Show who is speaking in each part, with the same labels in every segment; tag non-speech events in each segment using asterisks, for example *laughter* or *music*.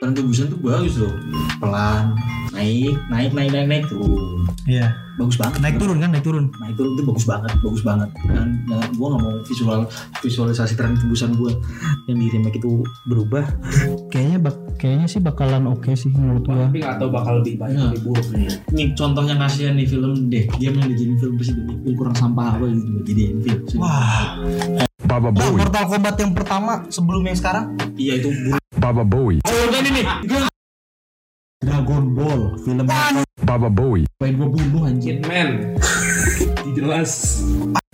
Speaker 1: peran kebusan tuh bagus loh pelan naik naik naik naik naik turun
Speaker 2: Iya.
Speaker 1: bagus banget
Speaker 2: Naik turun kan, naik turun.
Speaker 1: naik turun tuh bagus banget bagus banget dan jangan gue nggak mau visual visualisasi tren kebusan gue yang di remake itu berubah
Speaker 2: Kayaknya bak kayaknya sih bakalan oke sih menurut gua.
Speaker 3: tapi nggak tahu bakal lebih baik
Speaker 1: Iya.
Speaker 3: lebih buruk nih
Speaker 1: ini contohnya kasihan nih film deh game yang dijadiin film pasti demi kurang sampah apa gitu jadiin film
Speaker 2: Wah.
Speaker 4: Baba
Speaker 2: Nah,
Speaker 4: Bowie,
Speaker 2: Mortal Kombat yang pertama sebelum yang sekarang.
Speaker 1: iya itu buruk
Speaker 4: Baba Bowie,
Speaker 1: Jordan ini gua
Speaker 2: Dragon Ball film
Speaker 4: Baba Bowie,
Speaker 2: pengen gua bunuh anjir.
Speaker 3: *laughs* Hitman jelas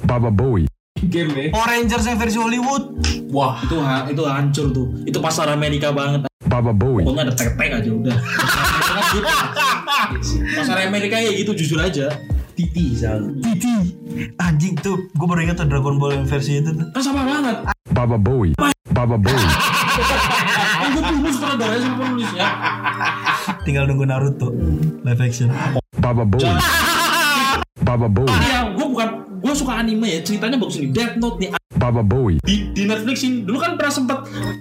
Speaker 4: Baba Bowie,
Speaker 3: game ya
Speaker 2: Power Rangers yang versi Hollywood.
Speaker 3: wah
Speaker 1: itu ha- itu hancur tuh itu pasar Amerika banget
Speaker 4: Baba Bowie,
Speaker 1: pokoknya ada tek-tek aja udah pasar Amerika gitu. pasar Amerika ya gitu jujur aja
Speaker 3: titi selalu
Speaker 2: Titi. Anjing tuh, gua baru ingat tuh Dragon Ball yang versi itu tuh.
Speaker 1: kan sama banget
Speaker 4: Baba Bowie, Baba Bowie,
Speaker 1: kan gue bunuh sutradaranya sama ya. penulisnya
Speaker 2: Tinggal nunggu Naruto live action.
Speaker 4: Baba Bowie, Baba Bowie,
Speaker 1: iya gue bukan gue suka anime ya ceritanya bagus nih Death Note nih
Speaker 4: Baba Bowie,
Speaker 1: di, di Netflix ini dulu kan pernah sempet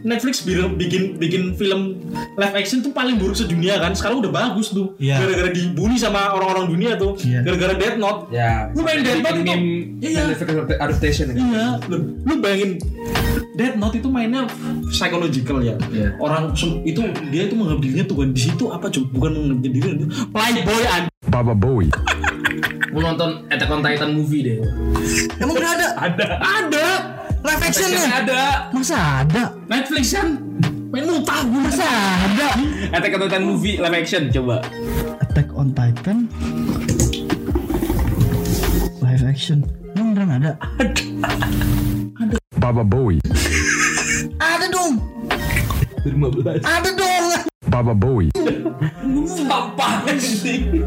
Speaker 1: Netflix bikin bikin bikin film live action tuh paling buruk sedunia kan sekarang udah bagus tuh
Speaker 2: Iya.
Speaker 1: gara-gara dibully sama orang-orang dunia tuh
Speaker 2: Iya.
Speaker 1: gara-gara Death Note
Speaker 3: ya
Speaker 1: Lu main Death Note itu? Iya.
Speaker 3: iya adaptation kan?
Speaker 1: Iya, lu, lu bayangin Death Note itu mainnya psychological ya.
Speaker 3: Iya.
Speaker 1: Orang sem- itu dia itu menganggap dirinya Tuhan di situ apa coba bukan menganggap dirinya dia playboy an.
Speaker 4: Baba Bowie,
Speaker 3: Gua nonton Attack on Titan movie deh
Speaker 2: Emang udah ada
Speaker 3: ada
Speaker 1: Ada
Speaker 2: live
Speaker 3: Attack
Speaker 2: actionnya?
Speaker 3: ada
Speaker 2: Masa ada?
Speaker 1: Netflix kan main utang
Speaker 2: Masa ada?
Speaker 3: Attack on Titan movie live action coba
Speaker 2: Attack on Titan live action. Emang beneran ada?
Speaker 4: Baba Bowie,
Speaker 2: Ada dong.
Speaker 3: 15
Speaker 2: Ada dong.
Speaker 4: Baba Bowie,
Speaker 3: sampah anjing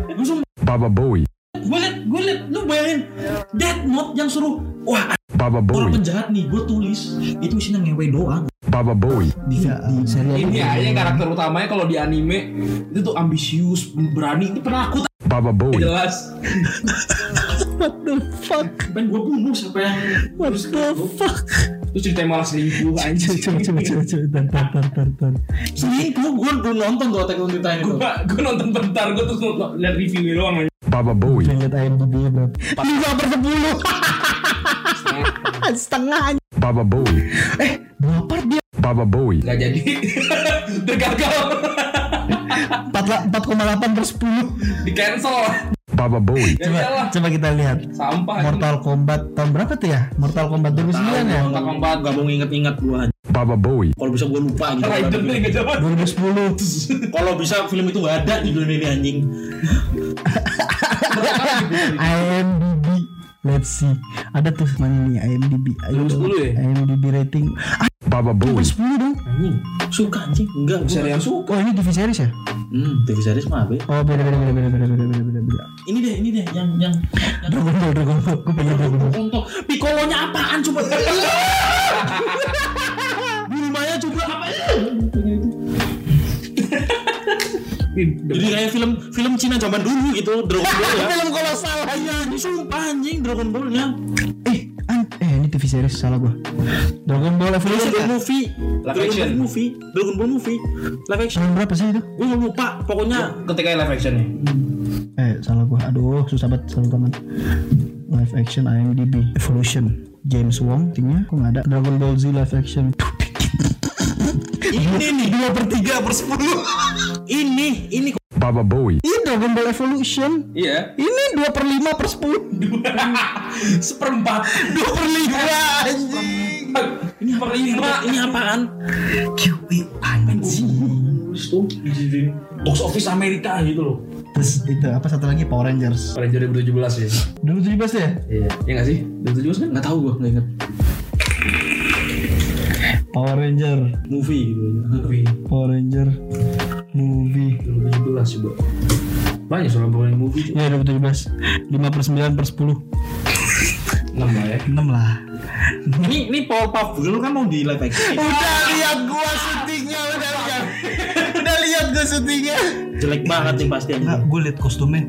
Speaker 4: Baba Bowie,
Speaker 1: Gue liat, gue liat, lu bayangin Death Note yang suruh wah
Speaker 4: Baba
Speaker 1: orang
Speaker 4: Bowie,
Speaker 1: penjahat nih gue tulis itu isinya ngewe doang.
Speaker 4: Baba Bowie,
Speaker 2: Di, di serial
Speaker 3: ini aja karakter utamanya kalau di anime itu tuh ambisius berani ini penakut
Speaker 4: Baba Bowie,
Speaker 3: jelas
Speaker 2: What the fuck?
Speaker 1: Pengen gue bunuh siapa yang
Speaker 2: What the fuck?
Speaker 3: terus ceritanya malah selingkuh anjing
Speaker 2: Coba coba coba coba tar tar tar tar.
Speaker 1: selingkuh gue belum nonton tuh Attack on Titan itu.
Speaker 3: Gua, gua nonton bentar, gua terus nonton liat reviewnya doang anjing.
Speaker 4: Baba Bowie,
Speaker 2: Pengen lihat IMDb -nya berapa? Lima per sepuluh. *laughs* Setengah. anjing.
Speaker 4: Baba Bowie,
Speaker 2: Eh, berapa part dia?
Speaker 4: Baba Bowie,
Speaker 3: Gak jadi *laughs* Udah *laughs* gagal
Speaker 2: Empat la- 4,8 per 10
Speaker 3: Di cancel
Speaker 4: Baba Bowie,
Speaker 3: Gak
Speaker 2: Coba
Speaker 3: lah
Speaker 2: coba kita lihat.
Speaker 3: Sampah anjing.
Speaker 2: Mortal Kombat tahun berapa tuh ya? Mortal Kombat 2009 ya?
Speaker 1: Tahu, gua nggak- Gak mau inget-inget gue
Speaker 4: Baba Bowie,
Speaker 1: Kalau bisa gue lupa gitu
Speaker 3: Raiden tuh gak jalan
Speaker 2: 2010
Speaker 1: Kalau bisa film itu gak ada di dunia ini anjing
Speaker 2: IMDb Let's see Ada tuh mana nih IMDb Ayo
Speaker 3: 2010 ya?
Speaker 2: IMDb rating Ah
Speaker 4: Baba Bowie,
Speaker 2: 10 dong
Speaker 3: Anjing
Speaker 1: Suka anjing Enggak
Speaker 3: Bisa
Speaker 1: gua-
Speaker 3: yang suka
Speaker 2: Oh ini TV series ya?
Speaker 1: Hmm TV series mah apa ya?
Speaker 2: Oh beda beda beda beda beda beda beda beda beda
Speaker 1: Ini deh ini deh Yang yang
Speaker 2: Dragon Ball Dragon Ball Gue pengen Dragon Ball
Speaker 1: Untuk Piccolo-nya apaan
Speaker 2: *laughs*
Speaker 1: coba Bulmanya coba apa Jadi kayak film film Cina zaman dulu gitu Dragon Ball ya
Speaker 2: *laughs* Film kolosal
Speaker 1: Iya ini sumpah anjing Dragon ya. Ball-nya
Speaker 2: Eh an Eh ini TV series salah gua Dragon Ball
Speaker 1: Dragon
Speaker 2: Evolution
Speaker 1: Ball
Speaker 2: ya?
Speaker 1: movie
Speaker 3: Live
Speaker 1: Dragon
Speaker 3: action.
Speaker 1: Ball movie Dragon Ball movie Live action
Speaker 2: Tahun berapa sih itu?
Speaker 1: Gue lupa pokoknya
Speaker 3: Ketika live actionnya
Speaker 2: Eh salah gua Aduh susah banget salah teman Live action IMDb Evolution James Wong tingnya Kok nggak ada Dragon Ball Z live action
Speaker 1: Ini nih
Speaker 2: Dua per tiga per sepuluh
Speaker 1: Ini Ini
Speaker 4: Baba Bowie,
Speaker 2: Ini Dragon Ball Evolution
Speaker 3: Iya
Speaker 2: Ini 2 per 5 per 10
Speaker 3: *laughs* Seperempat
Speaker 2: 2 per 5 anjing
Speaker 3: Ini apa
Speaker 1: Ini apaan
Speaker 2: QW anjing
Speaker 3: Box office Amerika gitu loh
Speaker 2: Terus itu apa satu lagi Power Rangers
Speaker 3: Pada 2017 ya
Speaker 2: Dulu 17 ya?
Speaker 3: Iya Iya gak sih? 2017 kan?
Speaker 1: Gak tau gue gak inget
Speaker 2: Power Ranger
Speaker 1: Movie gitu
Speaker 3: Movie
Speaker 2: Power Ranger Movie
Speaker 3: 2017 coba Banyak soal pemain movie coba
Speaker 2: Ya 2017 5 per 9 per 10
Speaker 3: Enam lah ya
Speaker 2: 6 lah
Speaker 1: Ini ini Powerpuff Girl kan mau di live action
Speaker 2: Udah lihat gua syutingnya Udah lihat *laughs* Udah lihat gua syutingnya
Speaker 1: Jelek banget nih pasti
Speaker 2: Enggak,
Speaker 1: anjing.
Speaker 2: gue liat kostumnya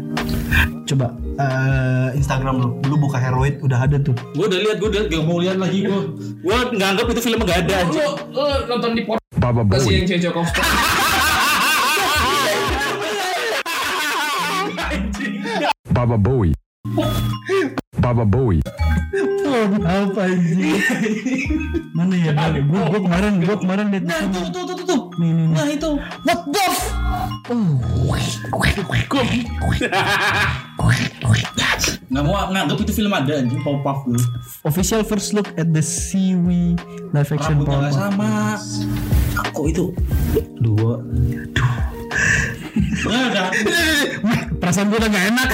Speaker 2: Coba eh, Instagram lu Lu buka Heroid udah ada tuh
Speaker 1: Gue udah liat, gue udah gak mau lihat lagi gue Gue nggak anggap itu film gak ada anjing.
Speaker 3: Lu, lu nonton di podcast
Speaker 4: Baba
Speaker 3: sih
Speaker 4: Bowie,
Speaker 3: yang cewek cowok cosplay
Speaker 4: Baba Bowie. Baba Bowie.
Speaker 2: Plon apa anjing? Mana ya? Gue gue kemarin gue kemarin liat
Speaker 1: Nah, tuh, tuh, tuh, tuh, tuh.
Speaker 2: Nih, nih, nih.
Speaker 1: Nah, itu.
Speaker 2: What the f?
Speaker 1: Nggak mau nganggep itu film ada anjing, Powerpuff Girl.
Speaker 2: Official first look at the Siwi live action
Speaker 1: Rambutnya nggak
Speaker 2: Powerpuff.
Speaker 1: sama. Aku itu.
Speaker 2: Dua.
Speaker 1: Nah, udah.
Speaker 2: Perasaan gue udah gak enak.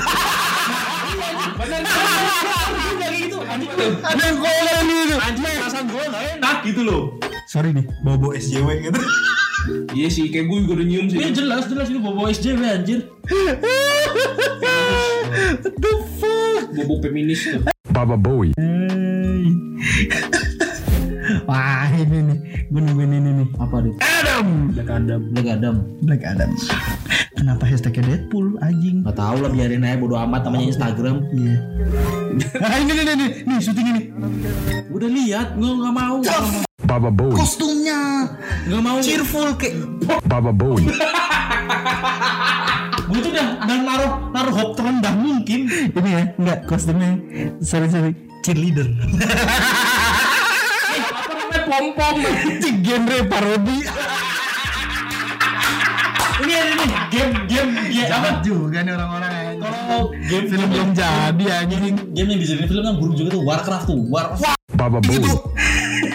Speaker 2: Ada yang kolor nih. itu.
Speaker 1: Anjing, perasaan gue nggak enak gitu loh.
Speaker 2: Sorry nih, bobo SJW gitu.
Speaker 3: Iya sih, kayak gue juga udah nyium sih.
Speaker 1: Ini Iya, jelas, jelas ini bobo SJW anjir.
Speaker 2: the fuck?
Speaker 3: Bobo feminis tuh.
Speaker 4: Baba Bowie.
Speaker 2: Hey. Wah ini nih, gue nungguin ini nih.
Speaker 1: Apa deh?
Speaker 2: Adam,
Speaker 3: Black Adam.
Speaker 1: Black Adam.
Speaker 2: Black Adam. Kenapa hashtagnya Deadpool anjing?
Speaker 1: Nggak tahu lah biarin aja bodo amat namanya Instagram. *laughs*
Speaker 2: Iya.
Speaker 1: Ah,
Speaker 2: Nah ini nih nih nih, nih syuting ini.
Speaker 1: Udah lihat, gue nggak mau.
Speaker 4: Baba Bowie.
Speaker 2: Kostumnya
Speaker 1: Nggak mau.
Speaker 2: cheerful kayak
Speaker 4: Baba Bowie.
Speaker 1: Gue tuh udah udah naruh naruh hope terendah mungkin.
Speaker 2: ini ya, enggak kostumnya. Sorry sorry, *laughs* cheerleader.
Speaker 3: Apa namanya pom-pom?
Speaker 2: Itu genre parodi.
Speaker 1: Ini ada nih game game game apa?
Speaker 2: Jahat juga nih orang-orang. anjing.
Speaker 1: Kalau game
Speaker 2: film belum jadi anjing.
Speaker 1: game yang dijadiin film kan buruk juga tuh Warcraft tuh Warcraft
Speaker 4: Baba Bowie.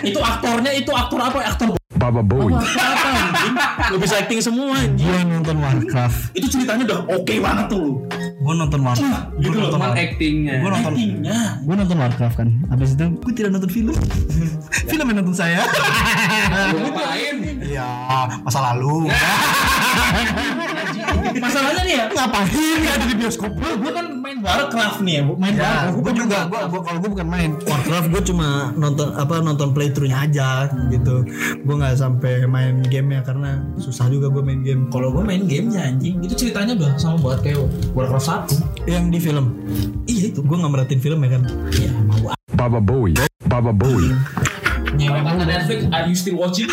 Speaker 1: itu aktornya itu aktor apa aktor b-
Speaker 4: Baba Bowie.
Speaker 1: apa anjing nggak bisa acting semua anjing
Speaker 2: Gue nonton Warcraft.
Speaker 1: itu ceritanya udah oke banget tuh lu
Speaker 2: Gue nonton Warcraft.
Speaker 1: gitu
Speaker 2: Gua
Speaker 1: loh,
Speaker 2: nonton
Speaker 3: Cuman
Speaker 2: Warcraft.
Speaker 3: actingnya.
Speaker 2: Gua nonton
Speaker 1: actingnya
Speaker 2: gue nonton Warcraft kan abis itu gue tidak nonton film *laughs* film yang nonton saya
Speaker 3: Lu ngapain?
Speaker 2: ya masa lalu
Speaker 1: masalahnya nih ya
Speaker 2: ngapain nggak Iya, ada di bioskop
Speaker 1: gue kan main Warcraft nih ya main
Speaker 2: Ya,
Speaker 1: Warcraft
Speaker 2: gue juga, gue kalau gue bukan main Warcraft, gue cuma nonton apa nonton playthroughnya aja gitu. Gue nggak sampai main gamenya karena susah juga gue main game.
Speaker 1: kalau gue main gamenya anjing itu ceritanya udah sama banget kayak Warcraft satu
Speaker 2: Yang di film, iya itu gue nggak merhatiin film ya kan. *laughs*
Speaker 1: ya mau a-
Speaker 4: Baba Bowie. Baba Bowie.
Speaker 3: Nyewa kata Netflix, are you still watching?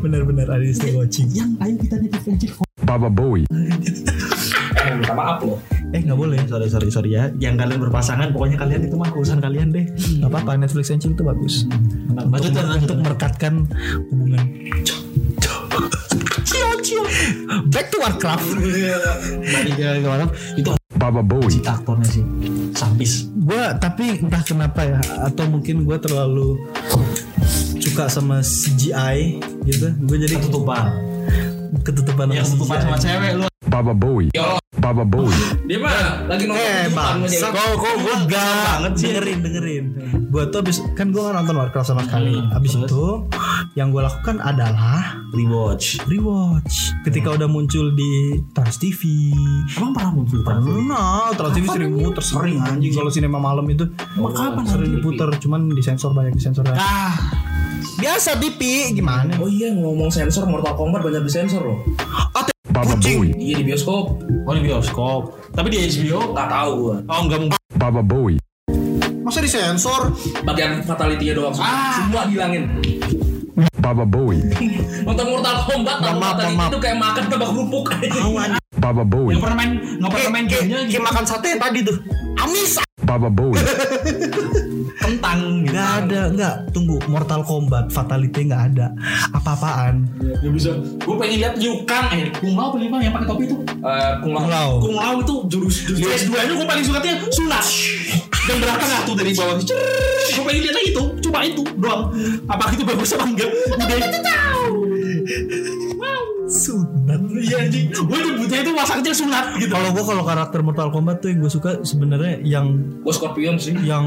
Speaker 2: Bener-bener ada istri watching.
Speaker 1: yang ayo kita nih friendship
Speaker 4: Baba Bowie.
Speaker 3: Eh, minta maaf loh.
Speaker 2: Eh nggak boleh, sorry sorry sorry ya.
Speaker 1: yang kalian berpasangan pokoknya kalian itu mah urusan kalian deh
Speaker 2: Gak apa-apa Netflix and chill itu bagus.
Speaker 1: lanjut
Speaker 2: untuk,
Speaker 1: lanjut
Speaker 2: untuk merekatkan hubungan. Cio cio. Back to Warcraft.
Speaker 1: balik ke ke Warcraft itu
Speaker 4: Baba Bowie.
Speaker 1: cerita aktornya sih sampis
Speaker 2: gue tapi entah kenapa ya atau mungkin gue terlalu suka sama CGI gitu. Gue jadi
Speaker 1: ketutupan
Speaker 2: ketutupan
Speaker 1: yang Iya, ketutupan sama cewek
Speaker 2: Eh,
Speaker 1: lu
Speaker 4: Baba Bowie. Baba Bowie.
Speaker 3: Dia mah lagi nonton
Speaker 2: Eh bang, kok kok gue enggak banget sih. Dengerin dengerin. Gue tuh abis kan gue nonton Warcraft sama sekali.
Speaker 1: Hmm,
Speaker 2: Abis itu yang gue lakukan adalah
Speaker 1: rewatch
Speaker 2: rewatch. Ketika
Speaker 1: Hmm.
Speaker 2: udah muncul di Trans TV.
Speaker 1: emang pernah muncul kan
Speaker 2: Nah, Trans TV sering muter sering anjing kalau sinema malam itu.
Speaker 1: Emang kapan
Speaker 2: sering diputer cuman disensor banyak disensor. Ah. Biasa TV gimana?
Speaker 3: Oh iya ngomong sensor Mortal Kombat banyak disensor loh.
Speaker 4: Baba Bowie.
Speaker 3: Iya di bioskop.
Speaker 1: oh di bioskop tapi di HBO
Speaker 3: Gak tahu gua.
Speaker 1: oh enggak mungkin
Speaker 4: Baba Bowie.
Speaker 2: Masa disensor?
Speaker 3: Bagian fatality-nya doang. Semua dihilangin.
Speaker 4: Baba Bowie.
Speaker 3: Nonton Mortal Kombat
Speaker 2: Mohon
Speaker 3: nonton
Speaker 2: maaf,
Speaker 3: fatality
Speaker 2: mohon maaf.
Speaker 3: itu kayak makan tebak kerupuk. *laughs*
Speaker 4: Baba Bowie.
Speaker 1: nggak pernah main nggak pernah main gamenya gitu
Speaker 2: makan sate yang tadi tuh. Amis.
Speaker 4: Baba Bowie.
Speaker 1: kentang gitu
Speaker 2: Gak ada, enggak. Tunggu, Mortal Kombat fatality nggak ada. Apa-apaan?
Speaker 1: nggak Ya, bisa gue pengen lihat Yukang eh Kung Lao paling yang pakai topi itu
Speaker 3: Eh, Kung Lao.
Speaker 2: Pulau.
Speaker 1: Kung Lao itu jurus jurus CS 2 nya gue paling suka dia sunat dan bertengah tuh dari bawah gue pengen lihat lagi itu cuma itu doang apa itu bagus apa enggak udah
Speaker 2: Sunat.
Speaker 1: iya anjing gue nyebutnya itu masa kecil sunat gitu
Speaker 2: Kalau gua kalau karakter Mortal Kombat tuh yang gue suka sebenarnya yang
Speaker 3: Gua Scorpion sih.
Speaker 2: yang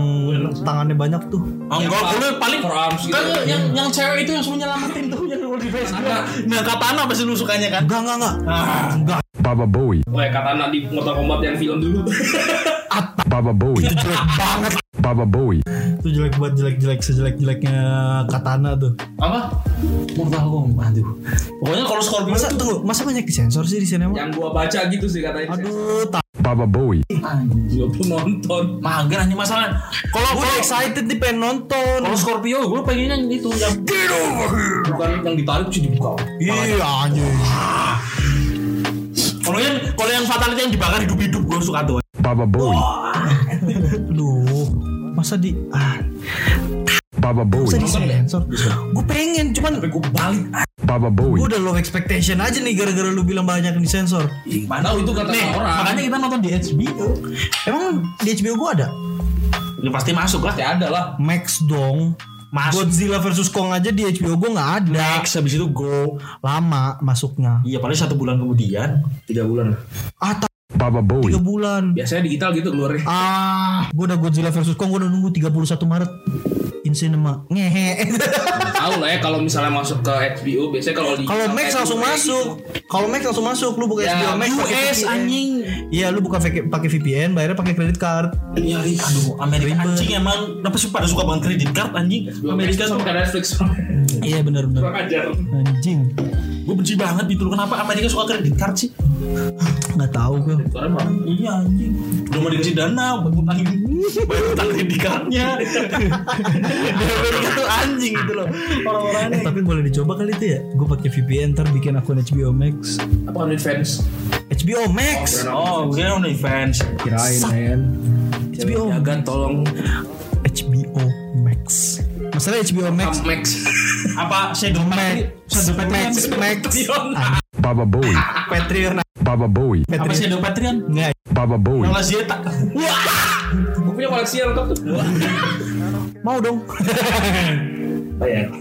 Speaker 2: tangannya banyak tuh.
Speaker 1: Enggak,
Speaker 3: Yang
Speaker 1: gue
Speaker 3: par-
Speaker 1: paling
Speaker 3: forearms gitu.
Speaker 1: kan yang yang cewek itu yang semua nyelamatin tuh yang lu di face
Speaker 3: Katana.
Speaker 1: Nah, katana pasti lu sukanya kan?
Speaker 2: Enggak, enggak, enggak.
Speaker 1: Ah.
Speaker 2: Enggak.
Speaker 4: Baba Bowie.
Speaker 3: Wah, katana di Mortal Kombat yang film dulu. *laughs*
Speaker 4: Baba Bowie. Baba Bowie.
Speaker 2: Itu jelek buat jelek-jelek sejelek-jeleknya katana tuh.
Speaker 1: Apa? Mortal Kombat aduh. Pokoknya kalau Scorpio
Speaker 2: Masa tunggu, masa banyak disensor sih di
Speaker 1: Ya.
Speaker 2: sinema?
Speaker 3: yang gua baca gitu sih katanya.
Speaker 2: Aduh, tak.
Speaker 4: Baba Bowie.
Speaker 3: Gua pun nonton.
Speaker 1: mager anjing masalah. Kalau
Speaker 2: Gue
Speaker 1: kalau
Speaker 2: excited nih pengen nonton.
Speaker 1: kalau Scorpio gue pengennya yang itu yang
Speaker 3: Bukan yang ditarik sih dibuka.
Speaker 2: Iya anjir.
Speaker 1: Kalau yang kalau yang fatality yang dibakar hidup-hidup gue suka tuh.
Speaker 4: Baba Bowie,
Speaker 2: Aduh, masa di ah,
Speaker 4: Baba
Speaker 2: masa
Speaker 4: Bowie,
Speaker 2: di sensor? Gue pengen, cuman
Speaker 3: Gue balik
Speaker 4: Baba
Speaker 2: gue
Speaker 4: Bowie,
Speaker 2: udah low expectation aja nih gara-gara lu bilang banyak di sensor.
Speaker 3: Padahal itu kata
Speaker 1: Nih,
Speaker 3: orang.
Speaker 1: makanya kita nonton di HBO.
Speaker 2: Emang di HBO gue ada
Speaker 1: Ya pasti masuk lah.
Speaker 3: Ya ada lah.
Speaker 2: Max dong.
Speaker 1: Masuk.
Speaker 2: Godzilla versus Kong aja di HBO gue nggak ada.
Speaker 1: Next habis itu go.
Speaker 2: Lama masuknya.
Speaker 1: Iya paling satu bulan kemudian.
Speaker 3: Tiga bulan.
Speaker 2: Ah, tak
Speaker 4: Baba Bowie,
Speaker 2: tiga bulan.
Speaker 3: Biasanya digital gitu
Speaker 2: *laughs*
Speaker 3: keluarnya.
Speaker 2: Ah, gue udah Godzilla versus Kong gue udah nunggu 31 Maret in cinema. Ngehe. *laughs*
Speaker 3: Tahu lah ya kalau misalnya masuk ke HBO biasanya kalau di
Speaker 2: Kalau Max langsung masuk. Kalau Max langsung masuk, lu buka
Speaker 3: Ya,
Speaker 2: HBO Max. pakai
Speaker 1: US
Speaker 2: VPN.
Speaker 1: anjing.
Speaker 2: Iya, lu buka VK pakai VPN, bayarnya pakai kredit card.
Speaker 1: Iya, Rik. aduh Amerika
Speaker 2: Ribet.
Speaker 1: anjing emang kenapa sih pada suka banget kredit card anjing?
Speaker 3: Amerika
Speaker 1: Amerika tuh
Speaker 3: sama kayak Netflix Hmm.
Speaker 2: Iya, benar-benar.
Speaker 3: kurang ajar.
Speaker 2: Anjing,
Speaker 1: gue benci banget gitu loh. Kenapa Amerika suka kredit card sih?
Speaker 2: nggak tahu gue.
Speaker 3: Orang mah
Speaker 1: Iya anjing. Udah mau dikasih dana, bangun anjing. Bayar utang kredit *laughs* cardnya. Di Amerika tuh anjing gitu loh.
Speaker 2: Eh,
Speaker 1: Orang-orangnya.
Speaker 2: tapi boleh dicoba kali itu ya. Gue pakai VPN, ntar bikin akun HBO Max.
Speaker 3: apa OnlyFans?
Speaker 2: HBO Max.
Speaker 1: Oh, gue on fans.
Speaker 3: Kirain men.
Speaker 2: HBO.
Speaker 3: HBO Jagan tolong
Speaker 2: HBO Max. Masalah HBO Max.
Speaker 3: Max. Max.
Speaker 1: Apa Shadow Max? Shadow Patreon.
Speaker 2: Max,
Speaker 3: *laughs*
Speaker 2: Max,
Speaker 4: Baba Bowie,
Speaker 2: Patreon,
Speaker 4: Baba Bowie,
Speaker 1: Apa ya?
Speaker 2: Patreon.
Speaker 1: Shadow Patreon?
Speaker 2: Nggak,
Speaker 4: Baba Bowie,
Speaker 1: Malah Zeta.
Speaker 3: Gue punya koleksi yang lengkap tuh.
Speaker 2: mau dong. *laughs*
Speaker 3: Bayar.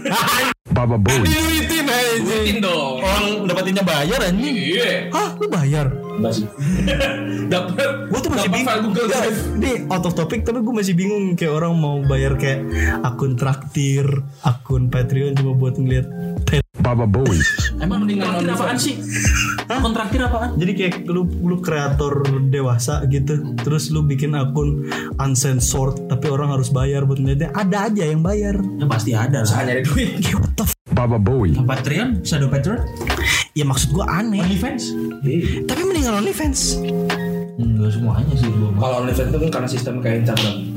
Speaker 4: Baba Bowie,
Speaker 2: Diluitin aja.
Speaker 3: Tin dong.
Speaker 1: Orang dapatinnya bayar anjing.
Speaker 3: Iya.
Speaker 2: Hah, lu bayar?
Speaker 3: Enggak sih. Dapat.
Speaker 2: gue tuh masih
Speaker 3: dapat file
Speaker 2: bingung
Speaker 3: Google
Speaker 2: Nggak,
Speaker 3: Drive.
Speaker 2: ini out of topic tapi gue masih bingung kayak orang mau bayar kayak akun traktir akun patreon cuma buat ngeliat tet-
Speaker 4: Baba Bowie,
Speaker 1: Emang
Speaker 3: Mendingan
Speaker 1: kontraktir
Speaker 3: OnlyFans.
Speaker 1: apaan sih? Kontraktir apaan?
Speaker 2: jadi kayak lu lu kreator dewasa gitu terus lu bikin akun uncensored tapi orang harus bayar buat ngeliatnya ada aja yang bayar
Speaker 1: Ya pasti ada lah.
Speaker 3: Hanya nyari duit.
Speaker 2: Kayak, what the f-
Speaker 4: Baba Bowie,
Speaker 1: Patreon, Shadow Patreon,
Speaker 2: ya maksud gue aneh
Speaker 1: OnlyFans?
Speaker 3: Iya.
Speaker 2: tapi mendingan OnlyFans
Speaker 1: Enggak semuanya sih gua mah.
Speaker 3: Kalau OnlyFans itu kan karena sistem kayak Instagram.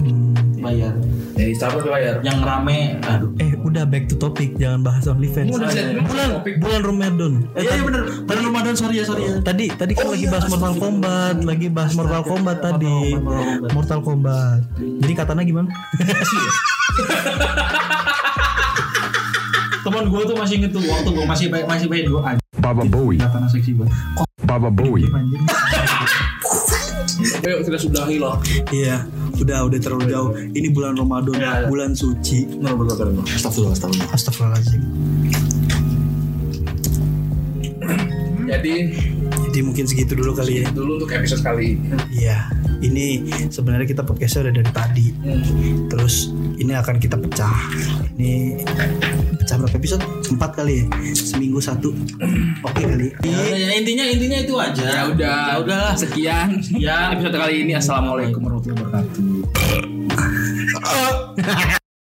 Speaker 2: Hmm,
Speaker 1: bayar.
Speaker 3: Ya Instagram bayar.
Speaker 1: Yang rame, aduh.
Speaker 2: eh udah back to topic jangan bahas OnlyFans
Speaker 3: Udah, udah.
Speaker 2: bulan bulan Ramadan
Speaker 1: Eh, iya, iya bener. Bener Ramadan sorry ya sorry ya.
Speaker 2: Tadi tadi kan lagi bahas Mortal Kombat, lagi bahas Mortal Kombat tadi.
Speaker 1: Iya, Mortal Kombat.
Speaker 2: Mortal Kombat. Jadi katanya gimana?
Speaker 1: Temen gue tuh masih inget tuh waktu gue masih baik masih baik gue anjing.
Speaker 4: Baba Bowie,
Speaker 1: Katanya seksi banget. Kok
Speaker 4: Baba Bowie,
Speaker 1: anjing?
Speaker 3: Ayo kita sudahi loh.
Speaker 2: Iya, udah udah terlalu jauh. Ini bulan Ramadan,
Speaker 1: Iya, iya.
Speaker 2: bulan suci.
Speaker 1: Bener bener bener. bener. Astagfirullah astagfirullah.
Speaker 2: Astagfirullahaladzim.
Speaker 3: Jadi
Speaker 2: Jadi mungkin segitu dulu kali ya.
Speaker 3: dulu untuk episode kali ini.
Speaker 2: Iya. Ini sebenarnya kita podcastnya udah dari tadi. Terus ini akan kita pecah. Ini pecah berapa episode? Empat kali ya. Seminggu satu. Oke kali.
Speaker 1: Ya, udah, ya, intinya intinya itu aja.
Speaker 3: Ya udah,
Speaker 1: Ya udahlah.
Speaker 3: Sekian
Speaker 1: Ya.
Speaker 3: episode kali ini. Assalamualaikum warahmatullahi wabarakatuh.